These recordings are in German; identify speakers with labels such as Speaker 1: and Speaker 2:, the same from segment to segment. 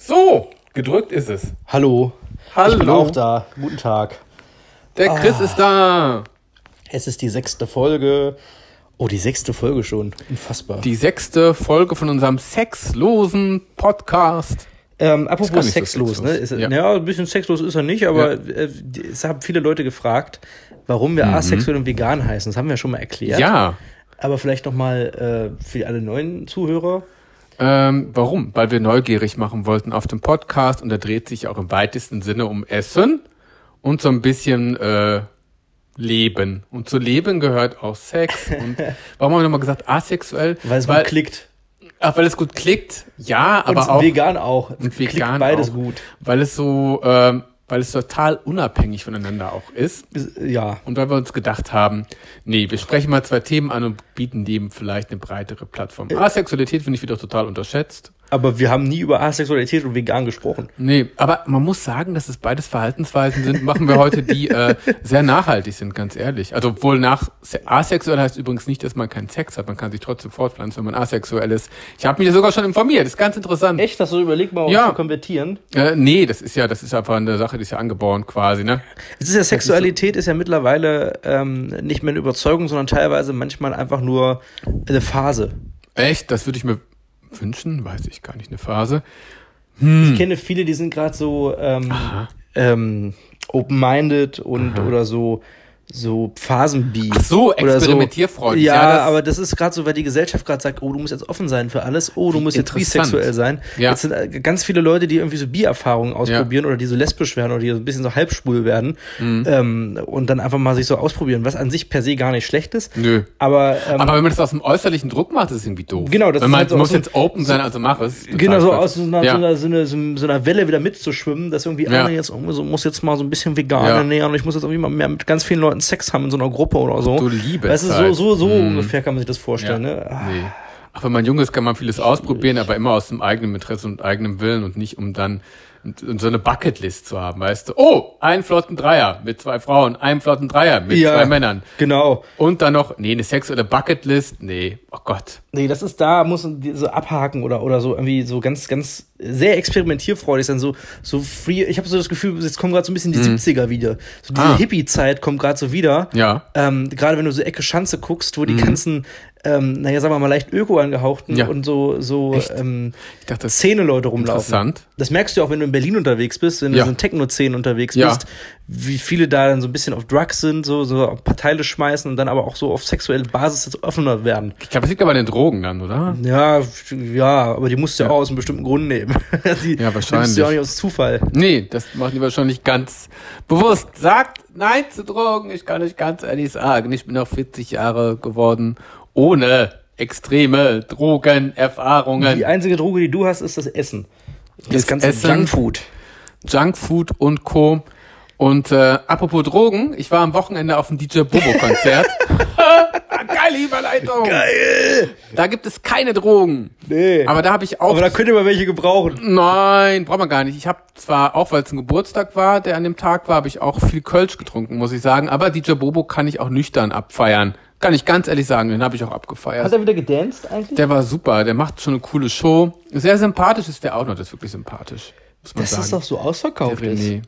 Speaker 1: So, gedrückt ist es.
Speaker 2: Hallo.
Speaker 1: Hallo.
Speaker 2: Ich bin auch da. Guten Tag. Ah.
Speaker 1: Der Chris ist da.
Speaker 2: Es ist die sechste Folge. Oh, die sechste Folge schon. Unfassbar.
Speaker 1: Die sechste Folge von unserem sexlosen Podcast.
Speaker 2: ähm,
Speaker 1: gar nicht
Speaker 2: apropos
Speaker 1: so
Speaker 2: sexlos,
Speaker 1: sexlos.
Speaker 2: ne? Ist,
Speaker 1: Ja.
Speaker 2: ja. ein bisschen sexlos ist er nicht, aber äh, die- es haben viele Leute gefragt, warum wir asexuell und vegan heißen. Das haben wir schon mal erklärt.
Speaker 1: Mhm. Ja.
Speaker 2: Aber vielleicht nochmal äh, für alle neuen Zuhörer.
Speaker 1: Ähm, warum? Weil wir neugierig machen wollten auf dem Podcast und da dreht sich auch im weitesten Sinne um Essen und so ein bisschen äh, Leben. Und zu Leben gehört auch Sex. Und warum haben wir nochmal gesagt asexuell?
Speaker 2: Weil es
Speaker 1: weil,
Speaker 2: gut klickt.
Speaker 1: ach, weil es gut klickt. Ja,
Speaker 2: Und
Speaker 1: aber auch
Speaker 2: vegan auch.
Speaker 1: und
Speaker 2: Klickt
Speaker 1: vegan
Speaker 2: beides
Speaker 1: auch,
Speaker 2: gut.
Speaker 1: weil es so, ähm, weil es total unabhängig voneinander auch ist.
Speaker 2: Ist- Ja.
Speaker 1: Und weil wir uns gedacht haben, nee, wir sprechen mal zwei Themen an und bieten dem vielleicht eine breitere Plattform. Asexualität finde ich wieder total unterschätzt.
Speaker 2: Aber wir haben nie über Asexualität und vegan gesprochen.
Speaker 1: Nee, aber man muss sagen, dass es beides Verhaltensweisen sind, machen wir heute, die äh, sehr nachhaltig sind, ganz ehrlich. Also obwohl nach asexuell heißt übrigens nicht, dass man keinen Sex hat, man kann sich trotzdem fortpflanzen, wenn man asexuell ist. Ich habe mich da sogar schon informiert, ist ganz interessant.
Speaker 2: Echt, dass du überlegt mal, um
Speaker 1: Ja.
Speaker 2: zu konvertieren?
Speaker 1: Äh, nee, das ist ja, das ist einfach eine Sache, die ist ja angeboren quasi, ne?
Speaker 2: Es ist ja Sexualität ist ja mittlerweile ähm, nicht mehr eine Überzeugung, sondern teilweise manchmal einfach nur eine Phase.
Speaker 1: Echt, das würde ich mir wünschen, weiß ich gar nicht, eine Phase. Hm.
Speaker 2: Ich kenne viele, die sind gerade so ähm, ähm, open-minded und oder so so Phasenbi.
Speaker 1: Ach so,
Speaker 2: Oder so.
Speaker 1: experimentierfreundlich.
Speaker 2: Ja,
Speaker 1: Ja, das-
Speaker 2: aber das ist gerade so, weil die Gesellschaft gerade sagt, oh, du musst jetzt offen sein für alles, oh, du musst jetzt
Speaker 1: interessant.
Speaker 2: bisexuell sein.
Speaker 1: Ja.
Speaker 2: Jetzt sind äh, ganz viele Leute, die irgendwie so Bi-Erfahrungen ausprobieren oder die so lesbisch werden oder die so ein bisschen so halbschwul werden
Speaker 1: Mhm.
Speaker 2: ähm, und dann einfach mal sich so ausprobieren, was an sich per se gar nicht schlecht ist.
Speaker 1: Nö.
Speaker 2: Aber, ähm,
Speaker 1: Aber wenn man das aus dem äußerlichen Druck macht, ist es irgendwie doof.
Speaker 2: Genau, das
Speaker 1: wenn
Speaker 2: ist
Speaker 1: man
Speaker 2: halt so
Speaker 1: muss
Speaker 2: aus dem-
Speaker 1: jetzt open sein, also mach es. Total
Speaker 2: Genau, so
Speaker 1: Quatsch.
Speaker 2: aus so einer,
Speaker 1: ja.
Speaker 2: so, einer, so, einer, so einer- so einer Welle wieder mitzuschwimmen, dass irgendwie,
Speaker 1: Ja.
Speaker 2: ah, jetzt irgendwie so, muss jetzt mal so ein bisschen vegan
Speaker 1: Ja.
Speaker 2: ernähren und ich muss jetzt irgendwie mal mehr mit ganz vielen Leuten Sex haben in so einer Gruppe oder so.
Speaker 1: Du liebe
Speaker 2: Weißt du, so,
Speaker 1: Zeit. Mhm.
Speaker 2: so, so ungefähr kann man sich das vorstellen,
Speaker 1: Ja.
Speaker 2: ne? Ah,
Speaker 1: Nee. Auch wenn man jung ist, kann man vieles ausprobieren, aber immer aus dem eigenen Interesse und eigenem Willen und nicht, um dann und- und so eine Bucketlist zu haben, weißt du? Oh, ein flotten Dreier mit zwei Frauen, ein flotten Dreier mit
Speaker 2: Ja.
Speaker 1: zwei Männern.
Speaker 2: Genau.
Speaker 1: Und dann noch, nee, eine sexuelle Bucketlist, nee, oh Gott.
Speaker 2: Nee, das ist da, muss man die so abhaken oder, oder so irgendwie so ganz, ganz sehr experimentierfreudig sein. So, so free. Ich habe so das Gefühl, jetzt kommen gerade so ein bisschen die 70er wieder. So diese
Speaker 1: Mhm. Ah.
Speaker 2: Hippie-Zeit kommt gerade so wieder.
Speaker 1: Ja.
Speaker 2: Ähm, gerade wenn du so Ecke Schanze guckst, wo die ganzen, ähm, naja, sagen wir mal, leicht Öko angehauchten
Speaker 1: Mhm. Ja.
Speaker 2: und so, so
Speaker 1: Echt?
Speaker 2: ähm,
Speaker 1: Ich dachte, das
Speaker 2: Szene-Leute rumlaufen.
Speaker 1: Interessant.
Speaker 2: Das merkst du auch, wenn du in Berlin unterwegs bist, wenn
Speaker 1: Ja.
Speaker 2: du so in Techno-Szenen unterwegs
Speaker 1: Ja.
Speaker 2: bist, wie viele da dann so ein bisschen auf Drugs sind, so, so auf Parteile schmeißen und dann aber auch so auf sexuelle Basis jetzt offener werden.
Speaker 1: ich glaube, das liegt aber an den Drogen dann, oder?
Speaker 2: Ja, ja, aber die musst du ja auch aus einem bestimmten Grund nehmen. die
Speaker 1: Ja, wahrscheinlich.
Speaker 2: Nimmst du ja auch nicht aus Zufall.
Speaker 1: Nee, das machen die wahrscheinlich ganz bewusst. Sagt Nein zu Drogen, ich kann euch ganz ehrlich sagen. Ich bin auch 40 Jahre geworden ohne extreme Drogenerfahrungen.
Speaker 2: Die einzige Droge, die du hast, ist das Essen. Das
Speaker 1: Ist
Speaker 2: ganze
Speaker 1: Essen.
Speaker 2: Junkfood.
Speaker 1: Junkfood und Co. Und äh, apropos Drogen, ich war am Wochenende auf dem DJ Bobo-Konzert. Ah, Geile Überleitung. Geil. Da gibt es keine Drogen.
Speaker 2: Nee.
Speaker 1: Aber da habe ich auch
Speaker 2: Aber da könnte man welche gebrauchen.
Speaker 1: Nein, braucht man gar nicht. Ich habe zwar, auch weil es ein Geburtstag war, der an dem Tag war, habe ich auch viel Kölsch getrunken, muss ich sagen. Aber DJ Bobo kann ich auch nüchtern abfeiern. Kann ich ganz ehrlich sagen, den habe ich auch
Speaker 2: Hat
Speaker 1: abgefeiert.
Speaker 2: er wieder gedanced eigentlich?
Speaker 1: Der war super, der macht schon eine coole Show. Sehr sympathisch ist der auch noch, das ist wirklich sympathisch. Muss man
Speaker 2: Dass
Speaker 1: sagen.
Speaker 2: das doch so ausverkauft ist.
Speaker 1: René.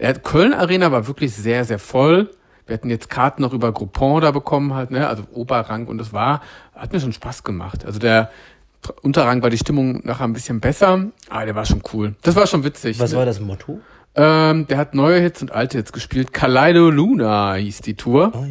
Speaker 1: Ja, Köln Arena war wirklich sehr, sehr voll. Wir hatten jetzt Karten noch über Groupon da bekommen, halt, ne? also Oberrang und es war, hat mir schon Spaß gemacht. Also der Tr- Unterrang war die Stimmung nachher ein bisschen besser, aber der war schon cool. Das war schon witzig. ne?
Speaker 2: Was war das Motto?
Speaker 1: ähm, der hat neue Hits und alte Hits gespielt. Kaleido Luna hieß die Tour.
Speaker 2: Oh,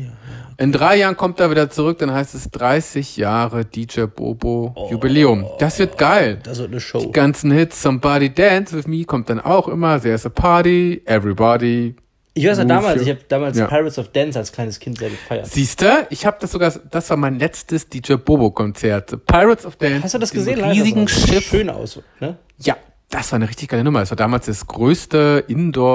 Speaker 1: In drei Jahren kommt er wieder zurück, dann heißt es 30 Jahre DJ Bobo
Speaker 2: Oh.
Speaker 1: Jubiläum. Das wird geil.
Speaker 2: Das wird Also eine Show.
Speaker 1: Die ganzen Hits, Somebody Dance With Me kommt dann auch immer, There's a Party, Everybody.
Speaker 2: Ich weiß ja
Speaker 1: Wofür?
Speaker 2: damals, ich habe damals
Speaker 1: Ja.
Speaker 2: Pirates of Dance als kleines Kind sehr gefeiert.
Speaker 1: Siehste, ich habe das sogar, das war mein letztes DJ Bobo Konzert, The Pirates of Dance.
Speaker 2: Hast du das
Speaker 1: mit diesem
Speaker 2: gesehen?
Speaker 1: Riesigen
Speaker 2: das sah
Speaker 1: Schiff.
Speaker 2: schön aus, ne?
Speaker 1: Ja, das war eine richtig geile Nummer. Das war damals das größte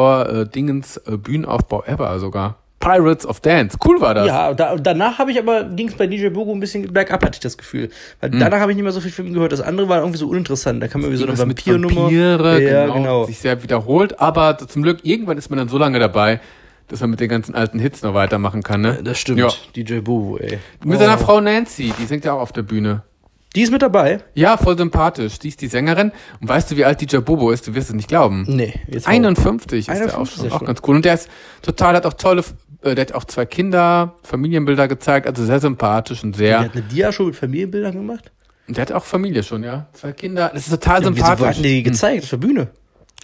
Speaker 1: Indoor-Dingens äh, Bühnenaufbau ever sogar. Pirates of Dance, cool war das.
Speaker 2: Ja, da, danach habe ich aber, ging es bei DJ Bogo ein bisschen bergab, hatte ich das Gefühl. Weil danach habe ich nicht mehr so viel von ihm gehört. Das andere war irgendwie so uninteressant. Da kam irgendwie so eine
Speaker 1: Irgendwas mit
Speaker 2: Vampirnummer.
Speaker 1: Vampire,
Speaker 2: ja,
Speaker 1: genau,
Speaker 2: genau.
Speaker 1: Sich sehr wiederholt, aber zum Glück, irgendwann ist man dann so lange dabei, dass man mit den ganzen alten Hits noch weitermachen kann, ne?
Speaker 2: Das stimmt.
Speaker 1: Ja.
Speaker 2: DJ Bogo, ey.
Speaker 1: Mit
Speaker 2: Oh.
Speaker 1: seiner Frau Nancy, die singt ja auch auf der Bühne.
Speaker 2: Die ist mit dabei?
Speaker 1: Ja, voll sympathisch. Die ist die Sängerin. Und weißt du, wie alt DJ Bobo ist? Du wirst es nicht glauben.
Speaker 2: Nee.
Speaker 1: Jetzt 51 ist er auch
Speaker 2: 51
Speaker 1: schon.
Speaker 2: Mhm. ist er
Speaker 1: Auch
Speaker 2: schon.
Speaker 1: ganz cool. Und der ist total, hat auch tolle, äh, der hat auch zwei Kinder, Familienbilder gezeigt, also sehr sympathisch und
Speaker 2: Ja.
Speaker 1: sehr.
Speaker 2: Die hat eine Diashow mit Familienbildern gemacht?
Speaker 1: Und der hat auch Familie schon, ja. Zwei Kinder. Das ist total
Speaker 2: Ja, wieso
Speaker 1: sympathisch.
Speaker 2: hatten die die gezeigt? Auf der Bühne.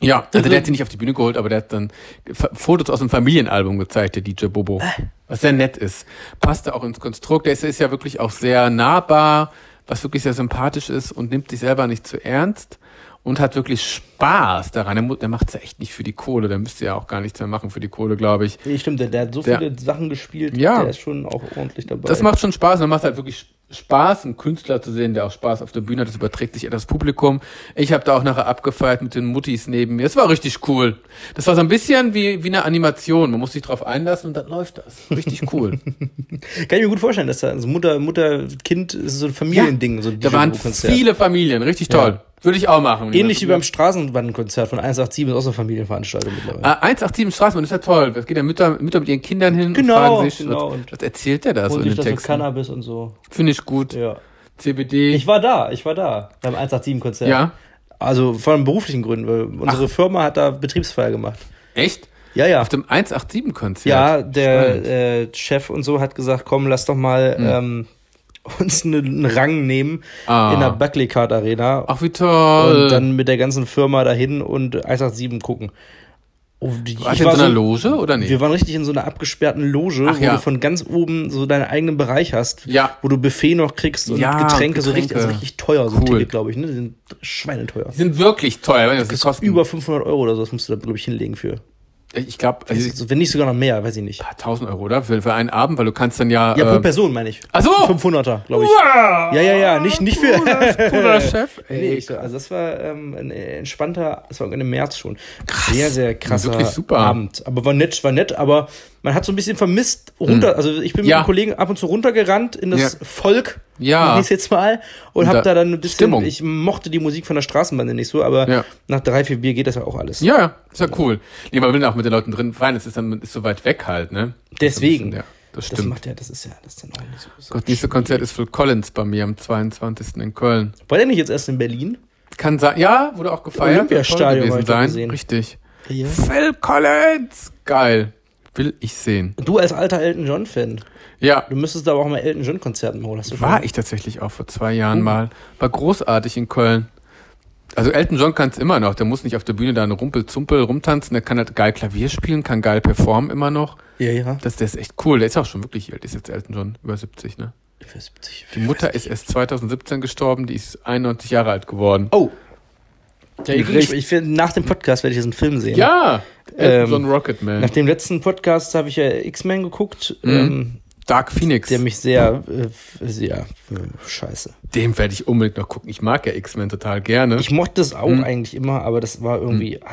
Speaker 1: Ja, also der hat sie nicht auf die Bühne geholt, aber der hat dann F- Fotos aus dem Familienalbum gezeigt, der DJ Bobo. Was sehr nett ist. Passt da auch ins Konstrukt. Der ist, ist ja wirklich auch sehr nahbar, was wirklich sehr sympathisch ist und nimmt sich selber nicht zu ernst und hat wirklich Spaß daran. Der, mu- der macht es ja echt nicht für die Kohle. Der müsste ja auch gar nichts mehr machen für die Kohle, glaube ich.
Speaker 2: Nee, stimmt, der, der hat so
Speaker 1: Der-
Speaker 2: viele Sachen gespielt,
Speaker 1: Ja.
Speaker 2: der ist schon auch ordentlich dabei.
Speaker 1: Das macht schon Spaß und macht halt wirklich Spaß, einen Künstler zu sehen, der auch Spaß auf der Bühne hat. Das überträgt sich an das Publikum. Ich habe da auch nachher abgefeiert mit den Muttis neben mir. Das war richtig cool. Das war so ein bisschen wie, wie eine Animation. Man muss sich drauf einlassen und dann läuft das. Richtig cool.
Speaker 2: Kann ich mir gut vorstellen, dass da so Mutter, Mutter, Kind, das ist so ein Familiending, so ein
Speaker 1: da waren
Speaker 2: Didgeridoo-Konzert.
Speaker 1: viele Familien. Richtig toll. Würde ich auch machen.
Speaker 2: Ähnlich wie
Speaker 1: beim
Speaker 2: beim Straßenbandenkonzert von 187 ist auch so eine Familienveranstaltung mittlerweile.
Speaker 1: Ah, 187 Straßenbahn ist ja toll. Das geht ja Mütter, Mütter mit ihren Kindern hin
Speaker 2: Genau,
Speaker 1: und fragen sich,
Speaker 2: genau.
Speaker 1: was, was erzählt der da so
Speaker 2: und
Speaker 1: in den
Speaker 2: sich das mit
Speaker 1: Texten?
Speaker 2: Cannabis und so.
Speaker 1: Finde ich gut.
Speaker 2: Ja.
Speaker 1: CBD.
Speaker 2: Ich war da, ich war da beim 187-Konzert.
Speaker 1: ja.
Speaker 2: Also von beruflichen Gründen, weil unsere Firma hat da Betriebsfeier gemacht.
Speaker 1: Echt?
Speaker 2: Ja, ja.
Speaker 1: Auf dem 187-Konzert?
Speaker 2: Ja,
Speaker 1: Spannend. Hm.
Speaker 2: der äh, Chef und so hat gesagt, komm, lass doch mal ähm, uns einen Rang nehmen
Speaker 1: Ah.
Speaker 2: in der Buckley Card Arena
Speaker 1: Ach, wie toll.
Speaker 2: und dann mit der ganzen Firma dahin und 187 gucken. Oh, die-
Speaker 1: Warst
Speaker 2: ich
Speaker 1: du in
Speaker 2: war
Speaker 1: so einer
Speaker 2: so-
Speaker 1: Loge oder nicht?
Speaker 2: Wir waren richtig in so einer abgesperrten Loge,
Speaker 1: Ach
Speaker 2: wo
Speaker 1: ja.
Speaker 2: du von ganz oben so deinen eigenen Bereich hast,
Speaker 1: Ja.
Speaker 2: wo du Buffet noch kriegst und
Speaker 1: Ja,
Speaker 2: Getränke, so richtig,
Speaker 1: Getränke.
Speaker 2: also richtig teuer, so ein
Speaker 1: Cool.
Speaker 2: Ticket, glaube ich, ne? Die sind schweineteuer.
Speaker 1: Die sind wirklich teuer. Wenn das die
Speaker 2: Das
Speaker 1: kosten.
Speaker 2: über 500 Euro oder so, das musst du da, glaube ich, hinlegen für.
Speaker 1: ich glaube, also,
Speaker 2: Also, wenn nicht sogar noch mehr, weiß ich nicht.
Speaker 1: ein paar tausend Euro, oder? Für, für einen Abend, weil du kannst dann ja...
Speaker 2: Ja, pro
Speaker 1: ähm,
Speaker 2: Person meine ich.
Speaker 1: ach so!
Speaker 2: 500er, glaube ich.
Speaker 1: Wow!
Speaker 2: Ja, ja, ja, nicht, nicht für.
Speaker 1: Cooler Chef.
Speaker 2: Nee,
Speaker 1: Ey,
Speaker 2: ich, also das war ähm, ein entspannter, das war im März schon. Sehr, sehr krasser
Speaker 1: Wirklich super.
Speaker 2: Abend. Aber war nett, war nett, aber man hat so ein bisschen vermisst, runter, also ich bin mit
Speaker 1: Mhm. Ja.
Speaker 2: einem Kollegen ab und zu runtergerannt in
Speaker 1: Ja.
Speaker 2: das Volk,
Speaker 1: Ja.
Speaker 2: nenne ich jetzt mal, und,
Speaker 1: Und
Speaker 2: hab
Speaker 1: da-
Speaker 2: da dann ein bisschen,
Speaker 1: Stimmung.
Speaker 2: ich mochte die Musik von der Straßenbande nicht so, aber
Speaker 1: Ja.
Speaker 2: nach drei, vier Bier geht das ja auch alles.
Speaker 1: ja, ja, ist ja cool. Nee, man will auch mit den Leuten drin rein. Es ist dann ist so weit weg halt, ne? Das ist ein
Speaker 2: Deswegen.
Speaker 1: bisschen, ja, das
Speaker 2: das
Speaker 1: stimmt.
Speaker 2: macht ja, das ist ja, das ist dann auch nicht so. so.
Speaker 1: Gott, nächste Konzert ist Phil Collins bei mir am 22. in Köln.
Speaker 2: War der nicht jetzt erst in Berlin?
Speaker 1: Kann sein, ja, wurde auch gefeiert. soll
Speaker 2: Olympiastadion
Speaker 1: gewesen
Speaker 2: hab ich doch
Speaker 1: sein.
Speaker 2: gesehen.
Speaker 1: Richtig. Phil Collins! Geil. Will ich sehen.
Speaker 2: Du als alter Elton John-Fan,
Speaker 1: Ja,
Speaker 2: du müsstest aber auch mal Elton John-Konzerten machen, hast du
Speaker 1: war ich tatsächlich auch vor zwei
Speaker 2: Mhm.
Speaker 1: Jahren mal. War großartig in Köln. Also Elton John kann es immer noch. Der muss nicht auf der Bühne da einen Rumpel-Zumpel rumtanzen. Der kann halt geil Klavier spielen, kann geil performen immer noch.
Speaker 2: Ja, ja.
Speaker 1: Das, der ist echt cool. Der ist auch schon wirklich alt. Ist jetzt Elton John über 70, ne?
Speaker 2: Für 70.
Speaker 1: Die Mutter ist erst 2017 gestorben. Die ist 91 Jahre alt geworden.
Speaker 2: Oh. Ja, ich,
Speaker 1: Richtig.
Speaker 2: ich, ich, nach dem Podcast werde ich diesen Film sehen.
Speaker 1: Ja! Elton
Speaker 2: Ähm,
Speaker 1: John Rocketman.
Speaker 2: Nach dem letzten Podcast habe ich ja X-Men geguckt,
Speaker 1: Mhm.
Speaker 2: ähm,
Speaker 1: Dark Phoenix.
Speaker 2: der mich sehr, äh, f- sehr äh, scheiße.
Speaker 1: Dem werde ich unbedingt noch gucken. Ich mag ja X-Men total gerne.
Speaker 2: Ich mochte es auch
Speaker 1: Mhm.
Speaker 2: eigentlich immer, aber das war irgendwie. Ach.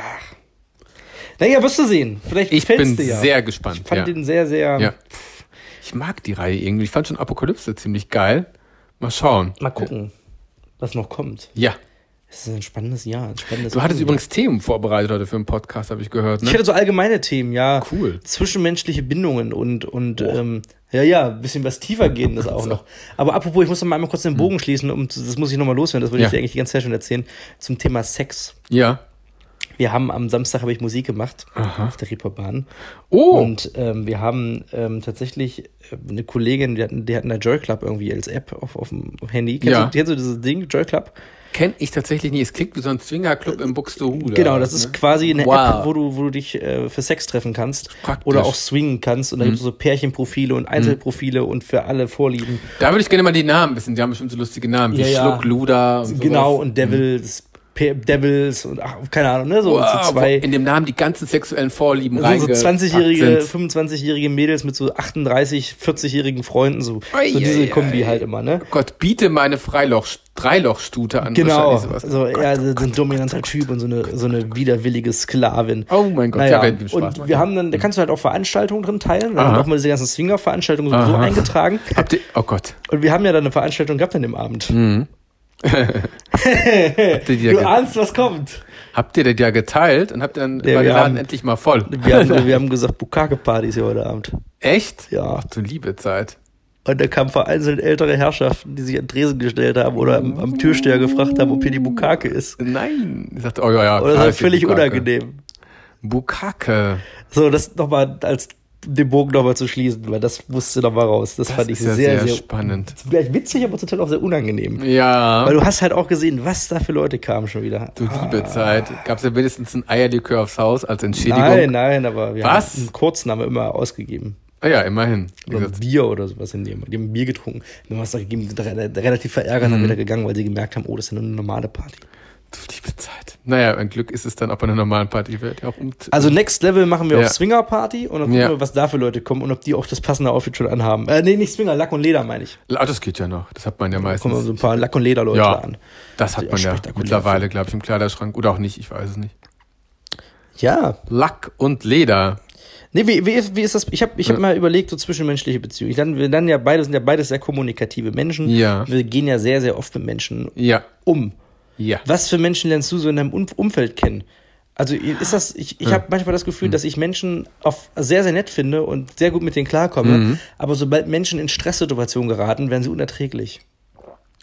Speaker 2: Naja, wirst du sehen. Vielleicht
Speaker 1: Ich
Speaker 2: gefällt's
Speaker 1: bin
Speaker 2: dir ja.
Speaker 1: sehr gespannt.
Speaker 2: Ich fand
Speaker 1: ja.
Speaker 2: den sehr, sehr.
Speaker 1: Ja. Ich mag die Reihe irgendwie. Ich fand schon Apokalypse ziemlich geil. Mal schauen.
Speaker 2: Mal gucken, was noch kommt.
Speaker 1: Ja.
Speaker 2: Es ist ein spannendes Jahr. Ein spannendes
Speaker 1: Du hattest
Speaker 2: Jahr.
Speaker 1: übrigens Themen vorbereitet heute für einen Podcast, habe ich gehört.
Speaker 2: Ich
Speaker 1: Ne?
Speaker 2: hatte so allgemeine Themen, ja.
Speaker 1: Cool.
Speaker 2: Zwischenmenschliche Bindungen und, und ähm, ja, ja, ein bisschen was tiefer gehen das auch noch. Aber apropos, ich muss noch mal einmal kurz den Bogen schließen, um, zu- das muss ich nochmal loswerden, das
Speaker 1: Hm.
Speaker 2: wollte
Speaker 1: Ja.
Speaker 2: ich dir eigentlich die ganze Zeit schon erzählen, zum Thema Sex.
Speaker 1: Ja.
Speaker 2: Wir haben am Samstag habe ich Musik gemacht auf der Reeperbahn.
Speaker 1: Oh,
Speaker 2: Und ähm, wir haben ähm, tatsächlich äh, eine Kollegin, die hat, die hat einen Joy Club irgendwie als App auf, auf dem Handy. Kennst,
Speaker 1: Ja.
Speaker 2: du, kennst du dieses Ding, Joy Club?
Speaker 1: kenne ich tatsächlich nie. Es klingt wie so ein Zwingerclub im Buxtehude. Ne?
Speaker 2: Genau, das ist quasi eine
Speaker 1: Wow.
Speaker 2: App, wo du, wo du dich äh, für Sex treffen kannst
Speaker 1: Praktisch. Mhm.
Speaker 2: oder auch swingen kannst. Und da gibt es so Pärchenprofile und Einzelprofile und für alle Vorlieben.
Speaker 1: Da würde ich gerne mal die Namen wissen. Die haben bestimmt so lustige Namen wie
Speaker 2: Ja, ja.
Speaker 1: Schluck, Luda. Und
Speaker 2: Genau,
Speaker 1: sowas.
Speaker 2: und Devils, Pe- Devils und ach, keine Ahnung, ne? So,
Speaker 1: Wow,
Speaker 2: so
Speaker 1: wo
Speaker 2: zwei.
Speaker 1: in dem Namen die ganzen sexuellen Vorlieben
Speaker 2: So, so
Speaker 1: reingepackt
Speaker 2: 20-jährige,
Speaker 1: sind.
Speaker 2: 25-jährige Mädels mit so 38, 40-jährigen Freunden, so,
Speaker 1: Ei,
Speaker 2: so diese
Speaker 1: ei,
Speaker 2: Kombi
Speaker 1: ei.
Speaker 2: halt immer, ne?
Speaker 1: Oh Gott, biete meine Freiloch, Dreilochstute an.
Speaker 2: Genau,
Speaker 1: wahrscheinlich
Speaker 2: so,
Speaker 1: sowas. Oh
Speaker 2: ja, so ein dominanter Typ und so eine, so eine widerwillige Sklavin.
Speaker 1: Oh mein Gott,
Speaker 2: naja,
Speaker 1: ja, wenn die Spaß
Speaker 2: und
Speaker 1: machen.
Speaker 2: wir haben dann, da kannst du halt auch Veranstaltungen drin teilen. Wir haben
Speaker 1: Aha.
Speaker 2: auch mal diese ganzen Swinger-Veranstaltungen sowieso
Speaker 1: Aha.
Speaker 2: eingetragen.
Speaker 1: Habt ihr, oh Gott.
Speaker 2: Und wir haben ja dann eine Veranstaltung gehabt an dem Abend.
Speaker 1: Hm, Habt ihr die da
Speaker 2: Du
Speaker 1: ge-
Speaker 2: ahnst, was kommt.
Speaker 1: Habt ihr das ja geteilt und habt dann war
Speaker 2: Ja, wir
Speaker 1: der Laden
Speaker 2: haben-
Speaker 1: endlich mal voll.
Speaker 2: Wir haben, wir haben gesagt, Bukake-Party ist ja heute Abend.
Speaker 1: Echt?
Speaker 2: Ja.
Speaker 1: Ach du liebe Zeit.
Speaker 2: Und da kamen vereinzelt ältere Herrschaften, die sich an Tresen gestellt haben oder am, am Türsteher gefragt haben, ob hier die Bukake ist.
Speaker 1: Nein. Ich sagte, oh ja, ja.
Speaker 2: Oder das
Speaker 1: klar
Speaker 2: war
Speaker 1: ist die
Speaker 2: völlig
Speaker 1: Bukake.
Speaker 2: unangenehm.
Speaker 1: Bukake.
Speaker 2: So, das nochmal als um den Bogen nochmal zu schließen, weil das musste nochmal raus. Das,
Speaker 1: Das
Speaker 2: fand ich
Speaker 1: ist ja
Speaker 2: sehr, sehr,
Speaker 1: spannend.
Speaker 2: Vielleicht witzig, aber total auch sehr unangenehm.
Speaker 1: Ja.
Speaker 2: Weil du hast halt auch gesehen, was da für Leute kamen schon wieder. Ah,
Speaker 1: Du liebe Zeit. Gab es ja wenigstens ein Eierlikör aufs Haus als Entschädigung.
Speaker 2: Nein, nein, aber wir
Speaker 1: Was?
Speaker 2: haben einen Kurznamen immer ausgegeben.
Speaker 1: Ah ja, immerhin. Wie
Speaker 2: Oder ein
Speaker 1: gesagt,
Speaker 2: Bier oder sowas in dem. Die haben Bier getrunken. Dann haben es gegeben, sind re- relativ verärgert,
Speaker 1: Mhm.
Speaker 2: dann wieder gegangen, weil sie gemerkt haben, oh, das ist ja nur eine normale Party.
Speaker 1: Du liebe Zeit. Naja, ein Glück ist es dann auch bei einer normalen Party. Ich werde ja auch um.
Speaker 2: Also Next Level machen wir
Speaker 1: Ja.
Speaker 2: auf Swinger Party und dann gucken
Speaker 1: Ja.
Speaker 2: wir, was da für Leute kommen und ob die auch das passende Outfit schon anhaben. Äh, nee, nicht Swinger, Lack und Leder meine ich.
Speaker 1: Ah, das geht ja noch. Das hat man ja
Speaker 2: Da kommen
Speaker 1: meistens.
Speaker 2: so ein paar Lack- und Leder-Leute
Speaker 1: Ja.
Speaker 2: an.
Speaker 1: Das
Speaker 2: die
Speaker 1: hat
Speaker 2: auch
Speaker 1: man ja
Speaker 2: spektakulär
Speaker 1: mittlerweile, glaube ich, im Kleiderschrank. Oder auch nicht, ich weiß es nicht.
Speaker 2: Ja.
Speaker 1: Lack und Leder.
Speaker 2: Nee, wie, wie, ist, wie ist das? Ich habe ich hab mal überlegt, so zwischenmenschliche Beziehungen. Ich lerne, wir lernen ja beide, sind ja beides sehr kommunikative Menschen.
Speaker 1: Ja.
Speaker 2: Wir gehen ja sehr, sehr oft mit Menschen
Speaker 1: Ja,
Speaker 2: um.
Speaker 1: ja.
Speaker 2: Was für Menschen lernst du so in deinem Um- Umfeld kennen? Also ist das, ich, ich habe manchmal das
Speaker 1: Hm.
Speaker 2: Gefühl, dass ich Menschen auf sehr, sehr nett finde und sehr gut mit denen klarkomme,
Speaker 1: Mhm.
Speaker 2: aber sobald Menschen in Stresssituationen geraten, werden sie unerträglich.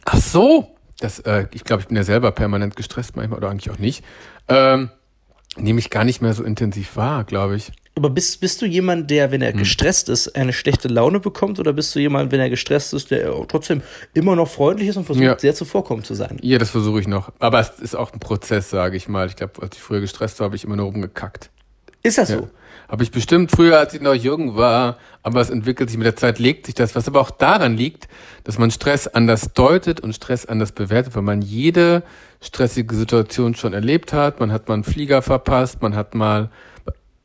Speaker 1: Ach so. Das, äh, ich glaube, ich bin ja selber permanent gestresst manchmal oder eigentlich auch nicht. Ähm, nehme ich gar nicht mehr so intensiv wahr, glaube ich.
Speaker 2: Aber bist, bist du jemand, der, wenn er
Speaker 1: Hm.
Speaker 2: gestresst ist, eine schlechte Laune bekommt? Oder bist du jemand, wenn er gestresst ist, der trotzdem immer noch freundlich ist und versucht,
Speaker 1: Ja.
Speaker 2: sehr zuvorkommend zu sein?
Speaker 1: Ja, das versuche ich noch. Aber es ist auch ein Prozess, sage ich mal. Ich glaube, als ich früher gestresst war, habe ich immer nur rumgekackt.
Speaker 2: Ist das so?
Speaker 1: Habe ich bestimmt früher, als ich noch jung war, aber es entwickelt sich mit der Zeit, legt sich das, was aber auch daran liegt, dass man Stress anders deutet und Stress anders bewertet, weil man jede stressige Situation schon erlebt hat. Man hat mal einen Flieger verpasst, man hat mal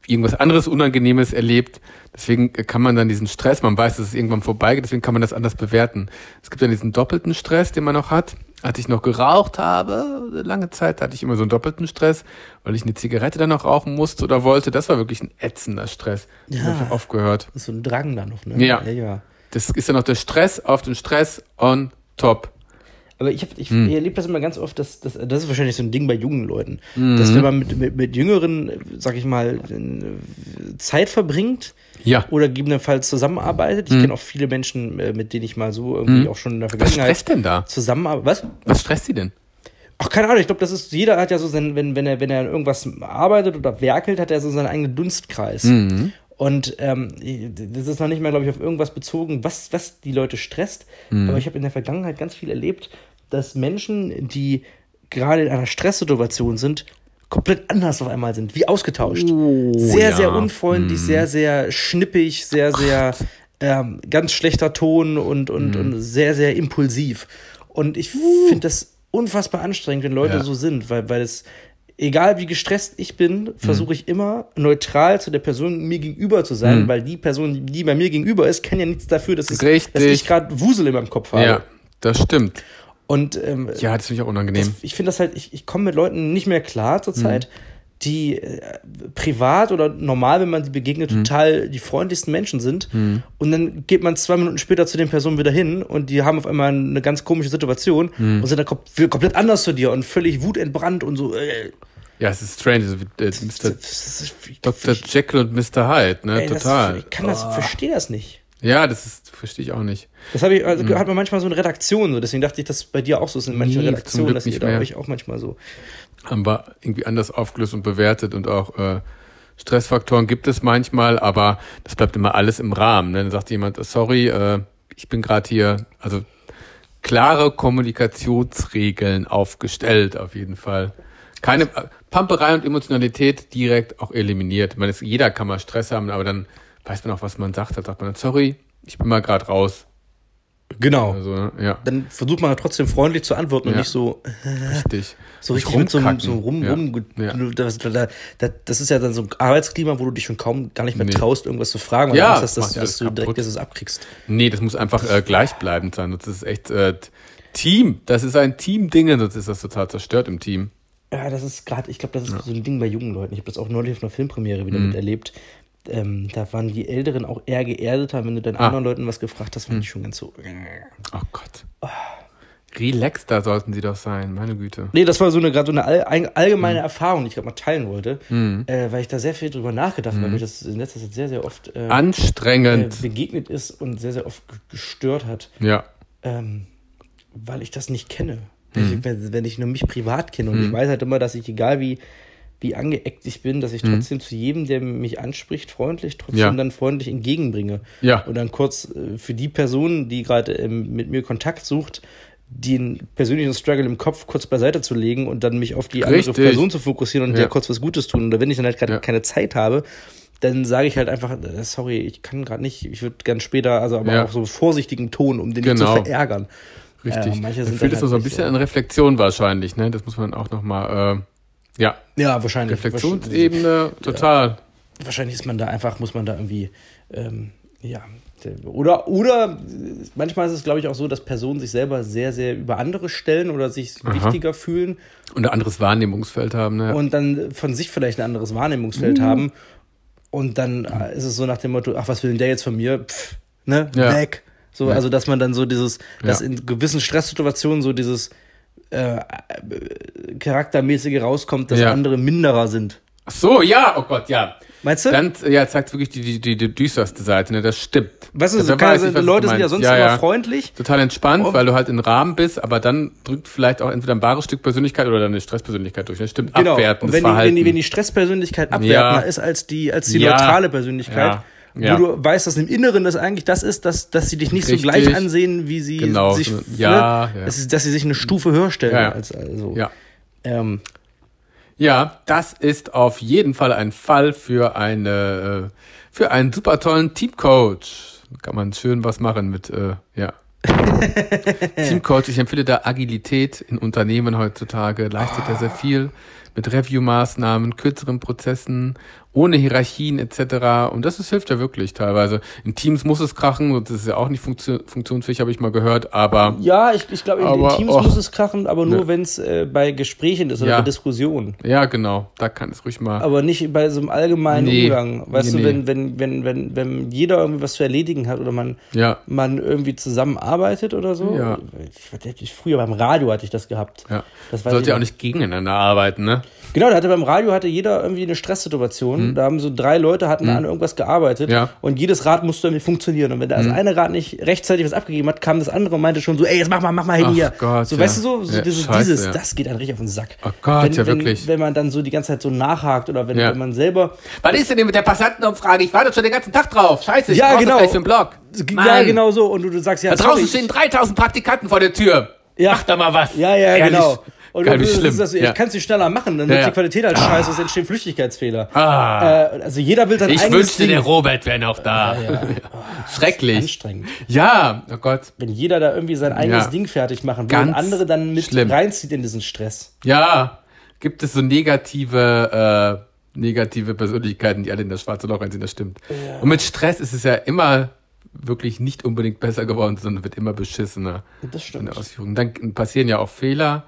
Speaker 1: irgendwas anderes Unangenehmes erlebt. Deswegen kann man dann diesen Stress, man weiß, dass es irgendwann vorbeigeht, deswegen kann man das anders bewerten. Es gibt dann diesen doppelten Stress, den man noch hat. Als ich noch geraucht habe, lange Zeit hatte ich immer so einen doppelten Stress, weil ich eine Zigarette dann noch rauchen musste oder wollte. Das war wirklich ein ätzender Stress. Ja.
Speaker 2: Ja.
Speaker 1: Habe ich aufgehört.
Speaker 2: Das ist so ein Drang da noch, ne?
Speaker 1: Ja.
Speaker 2: ja, ja.
Speaker 1: Das ist dann noch der Stress auf den Stress on top.
Speaker 2: Aber ich, hab- ich, ich erlebe das immer ganz oft, dass, dass das ist wahrscheinlich so ein Ding bei jungen Leuten, dass wenn man mit, mit, mit jüngeren, äh, sag ich mal, äh, Zeit verbringt
Speaker 1: Ja.
Speaker 2: oder gegebenenfalls zusammenarbeitet. Ich kenne auch viele Menschen, äh, mit denen ich mal so irgendwie auch schon in der
Speaker 1: Was
Speaker 2: Vergangenheit
Speaker 1: stresst denn da?
Speaker 2: zusammenarbeite. Was?
Speaker 1: Was stresst sie denn?
Speaker 2: Ach, keine Ahnung, ich glaube, das ist, jeder hat ja so sein, wenn, wenn er, wenn er an irgendwas arbeitet oder werkelt, hat er so seinen eigenen Dunstkreis. Und ähm, das ist noch nicht mal, glaube ich, auf irgendwas bezogen, was, was die Leute stresst. Aber ich habe in der Vergangenheit ganz viel erlebt, dass Menschen, die gerade in einer Stresssituation sind, komplett anders auf einmal sind, wie ausgetauscht. sehr,
Speaker 1: ja.
Speaker 2: sehr unfreundlich,
Speaker 1: Mhm.
Speaker 2: sehr, sehr schnippig, sehr, sehr ähm, ganz schlechter Ton und, und,
Speaker 1: Mhm.
Speaker 2: und sehr, sehr impulsiv. Und ich finde das unfassbar anstrengend, wenn Leute
Speaker 1: Ja.
Speaker 2: so sind, weil, weil es, egal wie gestresst ich bin,
Speaker 1: Mhm.
Speaker 2: versuche ich immer neutral zu der Person mir gegenüber zu sein, weil die Person, die bei mir gegenüber ist, kann ja nichts dafür, dass, es, dass
Speaker 1: Richtig.
Speaker 2: ich gerade Wusel in meinem Kopf habe.
Speaker 1: Ja, das stimmt.
Speaker 2: Und ähm,
Speaker 1: Ja, das finde ich auch
Speaker 2: das,
Speaker 1: unangenehm.
Speaker 2: ich finde das halt, ich, ich komme mit Leuten nicht mehr klar zurzeit,
Speaker 1: Mhm.
Speaker 2: die äh, privat oder normal, wenn man sie begegnet,
Speaker 1: Mhm.
Speaker 2: total die freundlichsten Menschen sind. Und dann geht man zwei Minuten später zu den Personen wieder hin und die haben auf einmal eine ganz komische Situation
Speaker 1: Mhm.
Speaker 2: und sind dann kom komplett anders zu dir und völlig wutentbrannt und so. Äh,
Speaker 1: Ja, es ist strange. so wie, äh, Mr.
Speaker 2: das ist- ich-
Speaker 1: Dr.
Speaker 2: ich-
Speaker 1: Jekyll und Mr. Hyde, ne?
Speaker 2: ey, das-
Speaker 1: Total. Ah.
Speaker 2: Ich kann das, verstehe das nicht.
Speaker 1: Ja, das ist, verstehe ich auch nicht.
Speaker 2: Das habe ich, also hat man manchmal so in Redaktionen so. Deswegen dachte ich, dass bei dir auch so ist in manchen
Speaker 1: Mhm. Nee, zum
Speaker 2: Redaktionen,
Speaker 1: Glück
Speaker 2: dass ihr
Speaker 1: nicht
Speaker 2: da
Speaker 1: mehr.
Speaker 2: euch auch manchmal so.
Speaker 1: Haben wir irgendwie anders aufgelöst und bewertet und auch äh, Stressfaktoren gibt es manchmal, aber das bleibt immer alles im Rahmen. Ne? Dann sagt jemand, äh, sorry, äh, ich bin gerade hier, also klare Kommunikationsregeln aufgestellt, auf jeden Fall. Keine äh, Pamperei und Emotionalität direkt auch eliminiert. Ich meine, es, jeder kann mal Stress haben, aber dann weiß man auch, was man sagt. Dann sagt man, sorry, ich bin mal gerade raus.
Speaker 2: Genau.
Speaker 1: Also, ne? ja,
Speaker 2: dann versucht man trotzdem freundlich zu antworten und
Speaker 1: Ja.
Speaker 2: nicht so,
Speaker 1: richtig.
Speaker 2: so
Speaker 1: Nicht
Speaker 2: richtig mit so, einem-
Speaker 1: rumkacken.
Speaker 2: so einem rum,
Speaker 1: ja.
Speaker 2: rum.
Speaker 1: Ja.
Speaker 2: Das, da, da, das ist ja dann so ein Arbeitsklima, wo du dich schon kaum gar nicht mehr
Speaker 1: Nee.
Speaker 2: traust, irgendwas zu fragen,
Speaker 1: Ja,
Speaker 2: Angst hast, dass,
Speaker 1: macht ja
Speaker 2: dass du
Speaker 1: alles
Speaker 2: direkt
Speaker 1: kaputt.
Speaker 2: dass du es abkriegst.
Speaker 1: Nee, das muss einfach äh, gleichbleibend sein. Das ist echt äh, Team. Das ist ein Team-Ding, sonst ist das total zerstört im Team.
Speaker 2: Ja, das ist gerade, ich glaube, das ist so ein Ding bei jungen Leuten. Ich habe das auch neulich auf einer Filmpremiere wieder
Speaker 1: Mhm.
Speaker 2: miterlebt. Ähm, da waren die Älteren auch
Speaker 1: Ah. Mhm.
Speaker 2: eher geerdeter, wenn du dann anderen Leuten was gefragt hast, waren die schon ganz so.
Speaker 1: Oh Gott. Relaxter sollten sie doch sein, meine Güte.
Speaker 2: Nee, das war so eine gerade so eine all, ein-
Speaker 1: Mhm.
Speaker 2: allgemeine Erfahrung, die ich gerade mal teilen wollte, äh, weil ich da sehr viel drüber nachgedacht
Speaker 1: Mhm.
Speaker 2: habe, weil mir das in letzter Zeit sehr, sehr oft äh,
Speaker 1: Ah,
Speaker 2: äh,
Speaker 1: Anstrengend.
Speaker 2: begegnet ist und sehr, sehr oft ge- gestört hat,
Speaker 1: Ja.
Speaker 2: ähm, weil ich das nicht kenne.
Speaker 1: Mhm.
Speaker 2: Wenn, ich, wenn, wenn ich nur mich privat kenne und ich weiß halt immer, dass ich, egal wie, wie angeeckt ich bin, dass ich trotzdem zu jedem, der mich anspricht, freundlich, trotzdem
Speaker 1: Mhm. Ja.
Speaker 2: dann freundlich entgegenbringe.
Speaker 1: Ja.
Speaker 2: Und dann kurz äh, für die Person, die gerade ähm, mit mir Kontakt sucht, den persönlichen Struggle im Kopf kurz beiseite zu legen und dann mich auf die andere
Speaker 1: Richtig.
Speaker 2: Person zu fokussieren und
Speaker 1: Ja.
Speaker 2: der kurz was Gutes tun. Oder wenn ich dann halt gerade
Speaker 1: Ja.
Speaker 2: keine Zeit habe, dann sage ich halt einfach, äh, sorry, ich kann gerade nicht, ich würde gern später, also aber
Speaker 1: Ja.
Speaker 2: auch so vorsichtigen Ton, um den nicht
Speaker 1: Genau.
Speaker 2: zu verärgern.
Speaker 1: Richtig.
Speaker 2: Ja, manche
Speaker 1: Dann
Speaker 2: sind
Speaker 1: fehlt
Speaker 2: dann
Speaker 1: es noch so ein
Speaker 2: halt nicht
Speaker 1: bisschen
Speaker 2: so.
Speaker 1: an Reflexion wahrscheinlich, ne? Das muss man auch nochmal, äh, ja,
Speaker 2: Ja, wahrscheinlich.
Speaker 1: Reflexionsebene, total.
Speaker 2: Wahrscheinlich ist man da einfach, muss man da irgendwie, ähm, ja. Oder, oder äh, manchmal ist es, glaube ich, auch so, dass Personen sich selber sehr, sehr über andere stellen oder sich wichtiger fühlen
Speaker 1: Und ein anderes Wahrnehmungsfeld haben, ne?
Speaker 2: und dann von sich vielleicht ein anderes
Speaker 1: Mhm.
Speaker 2: Wahrnehmungsfeld haben. Und dann äh, ist es so nach dem Motto, ach, was will denn der jetzt von mir? Pff, ne?
Speaker 1: Ja.
Speaker 2: Weg. So,
Speaker 1: Ja.
Speaker 2: also dass man dann so dieses, dass
Speaker 1: Ja.
Speaker 2: in gewissen Stresssituationen so dieses äh, äh, charaktermäßige rauskommt, dass
Speaker 1: Ja.
Speaker 2: andere minderer sind.
Speaker 1: Ach so, ja, oh Gott, ja.
Speaker 2: Meinst du?
Speaker 1: Dann, ja, zeigt wirklich die, die, die, die düsterste Seite, ne? Das stimmt.
Speaker 2: weißt du,
Speaker 1: Da
Speaker 2: so kann,
Speaker 1: weiß ich, was
Speaker 2: Leute
Speaker 1: du
Speaker 2: sind ja
Speaker 1: meinst.
Speaker 2: sonst immer Oh. freundlich.
Speaker 1: Total entspannt,
Speaker 2: Und-
Speaker 1: weil du halt in Rahmen bist, aber dann drückt vielleicht auch entweder ein wahres Stück Persönlichkeit oder deine Stresspersönlichkeit durch. Das stimmt,
Speaker 2: Genau. Und
Speaker 1: abwertendes
Speaker 2: wenn die,
Speaker 1: Verhalten.
Speaker 2: wenn, die, wenn die Stresspersönlichkeit abwertender ist als die, als die
Speaker 1: Ja.
Speaker 2: neutrale Persönlichkeit,
Speaker 1: Ja. Ja.
Speaker 2: wo du weißt, dass im Inneren das eigentlich das ist, dass, dass sie dich nicht so
Speaker 1: Richtig.
Speaker 2: gleich ansehen, wie sie
Speaker 1: Genau.
Speaker 2: sich,
Speaker 1: So- ja, ja.
Speaker 2: Dass, sie, dass sie sich eine Stufe höher stellen.
Speaker 1: Ja, ja.
Speaker 2: Als, also,
Speaker 1: ja.
Speaker 2: ähm,
Speaker 1: Ja, das ist auf jeden Fall ein Fall für eine äh, für einen super tollen Teamcoach. Kann man schön was machen mit äh, ja. Teamcoach, ich empfehle da Agilität in Unternehmen heutzutage, leistet er sehr viel mit Review-Maßnahmen, kürzeren Prozessen, ohne Hierarchien etc. Und das ist, hilft ja wirklich teilweise. In Teams muss es krachen, und das ist ja auch nicht funktio funktionsfähig, habe ich mal gehört, aber
Speaker 2: ja, ich, ich glaube, in den
Speaker 1: Aber,
Speaker 2: Teams
Speaker 1: och.
Speaker 2: muss es krachen, aber nur
Speaker 1: Ne.
Speaker 2: wenn es äh, bei Gesprächen ist oder
Speaker 1: Ja.
Speaker 2: bei Diskussionen.
Speaker 1: ja genau, da kann es ruhig mal.
Speaker 2: Aber nicht bei so einem allgemeinen
Speaker 1: Nee.
Speaker 2: Umgang. Weißt
Speaker 1: Nee,
Speaker 2: du,
Speaker 1: nee.
Speaker 2: wenn, wenn, wenn, wenn, wenn jeder irgendwie was zu erledigen hat oder man
Speaker 1: Ja,
Speaker 2: man irgendwie zusammenarbeitet oder so.
Speaker 1: Ja.
Speaker 2: Ich, was hätte ich, früher beim Radio hatte ich das gehabt.
Speaker 1: ja.
Speaker 2: Das weiß
Speaker 1: Sollte
Speaker 2: ich
Speaker 1: ja auch
Speaker 2: noch.
Speaker 1: nicht gegeneinander arbeiten, ne?
Speaker 2: Genau, da hatte beim Radio hatte jeder irgendwie eine Stresssituation. Da haben so drei Leute hatten an irgendwas gearbeitet
Speaker 1: Hm. Ja. Hm.
Speaker 2: und jedes Rad musste irgendwie funktionieren. Und wenn das eine Rad nicht rechtzeitig was abgegeben hat, kam das andere und meinte schon so, ey, jetzt mach mal, mach mal hin
Speaker 1: Ach
Speaker 2: hier.
Speaker 1: Gott,
Speaker 2: so,
Speaker 1: ja.
Speaker 2: weißt du so, so
Speaker 1: Ja,
Speaker 2: dieses,
Speaker 1: scheiße,
Speaker 2: dieses
Speaker 1: ja.
Speaker 2: das geht dann richtig auf den Sack.
Speaker 1: Oh Gott,
Speaker 2: wenn,
Speaker 1: ja,
Speaker 2: wenn,
Speaker 1: wirklich.
Speaker 2: Wenn man dann so die ganze Zeit so nachhakt oder wenn,
Speaker 1: Ja.
Speaker 2: wenn man selber
Speaker 1: Was ist denn mit der Passantenumfrage? Ich warte schon den ganzen Tag drauf. Scheiße, ich
Speaker 2: Ja,
Speaker 1: brauch
Speaker 2: genau.
Speaker 1: das gleich für den Blog.
Speaker 2: ja
Speaker 1: Mann.
Speaker 2: genau so und du, du sagst ja
Speaker 1: Da draußen
Speaker 2: sorry,
Speaker 1: stehen 3000 Praktikanten vor der Tür.
Speaker 2: Ja.
Speaker 1: Mach da mal was.
Speaker 2: Ja, ja,
Speaker 1: Ehrlich.
Speaker 2: genau. Und
Speaker 1: Geil, wie
Speaker 2: das
Speaker 1: schlimm.
Speaker 2: Ist das,
Speaker 1: ja.
Speaker 2: Ich kann es nicht schneller machen, dann wird
Speaker 1: Ja,
Speaker 2: die
Speaker 1: ja.
Speaker 2: Qualität halt scheiße, es entstehen Flüchtigkeitsfehler.
Speaker 1: Ah.
Speaker 2: Äh, also jeder will sein
Speaker 1: Ich
Speaker 2: eigenes
Speaker 1: wünschte,
Speaker 2: Ding.
Speaker 1: der Robert wäre noch da. Schrecklich.
Speaker 2: Anstrengend.
Speaker 1: Ja, oh Gott.
Speaker 2: Wenn jeder da irgendwie sein eigenes
Speaker 1: Ja.
Speaker 2: Ding fertig machen will
Speaker 1: Ganz
Speaker 2: und andere dann mit
Speaker 1: schlimm.
Speaker 2: reinzieht in diesen Stress.
Speaker 1: Ja. Gibt es so negative, äh, negative Persönlichkeiten, die alle in das schwarze Loch reinziehen, das stimmt. Und mit Stress ist es ja immer wirklich nicht unbedingt besser geworden, sondern wird immer beschissener.
Speaker 2: Das
Speaker 1: in
Speaker 2: stimmt.
Speaker 1: der Ausführung. Dann passieren ja auch Fehler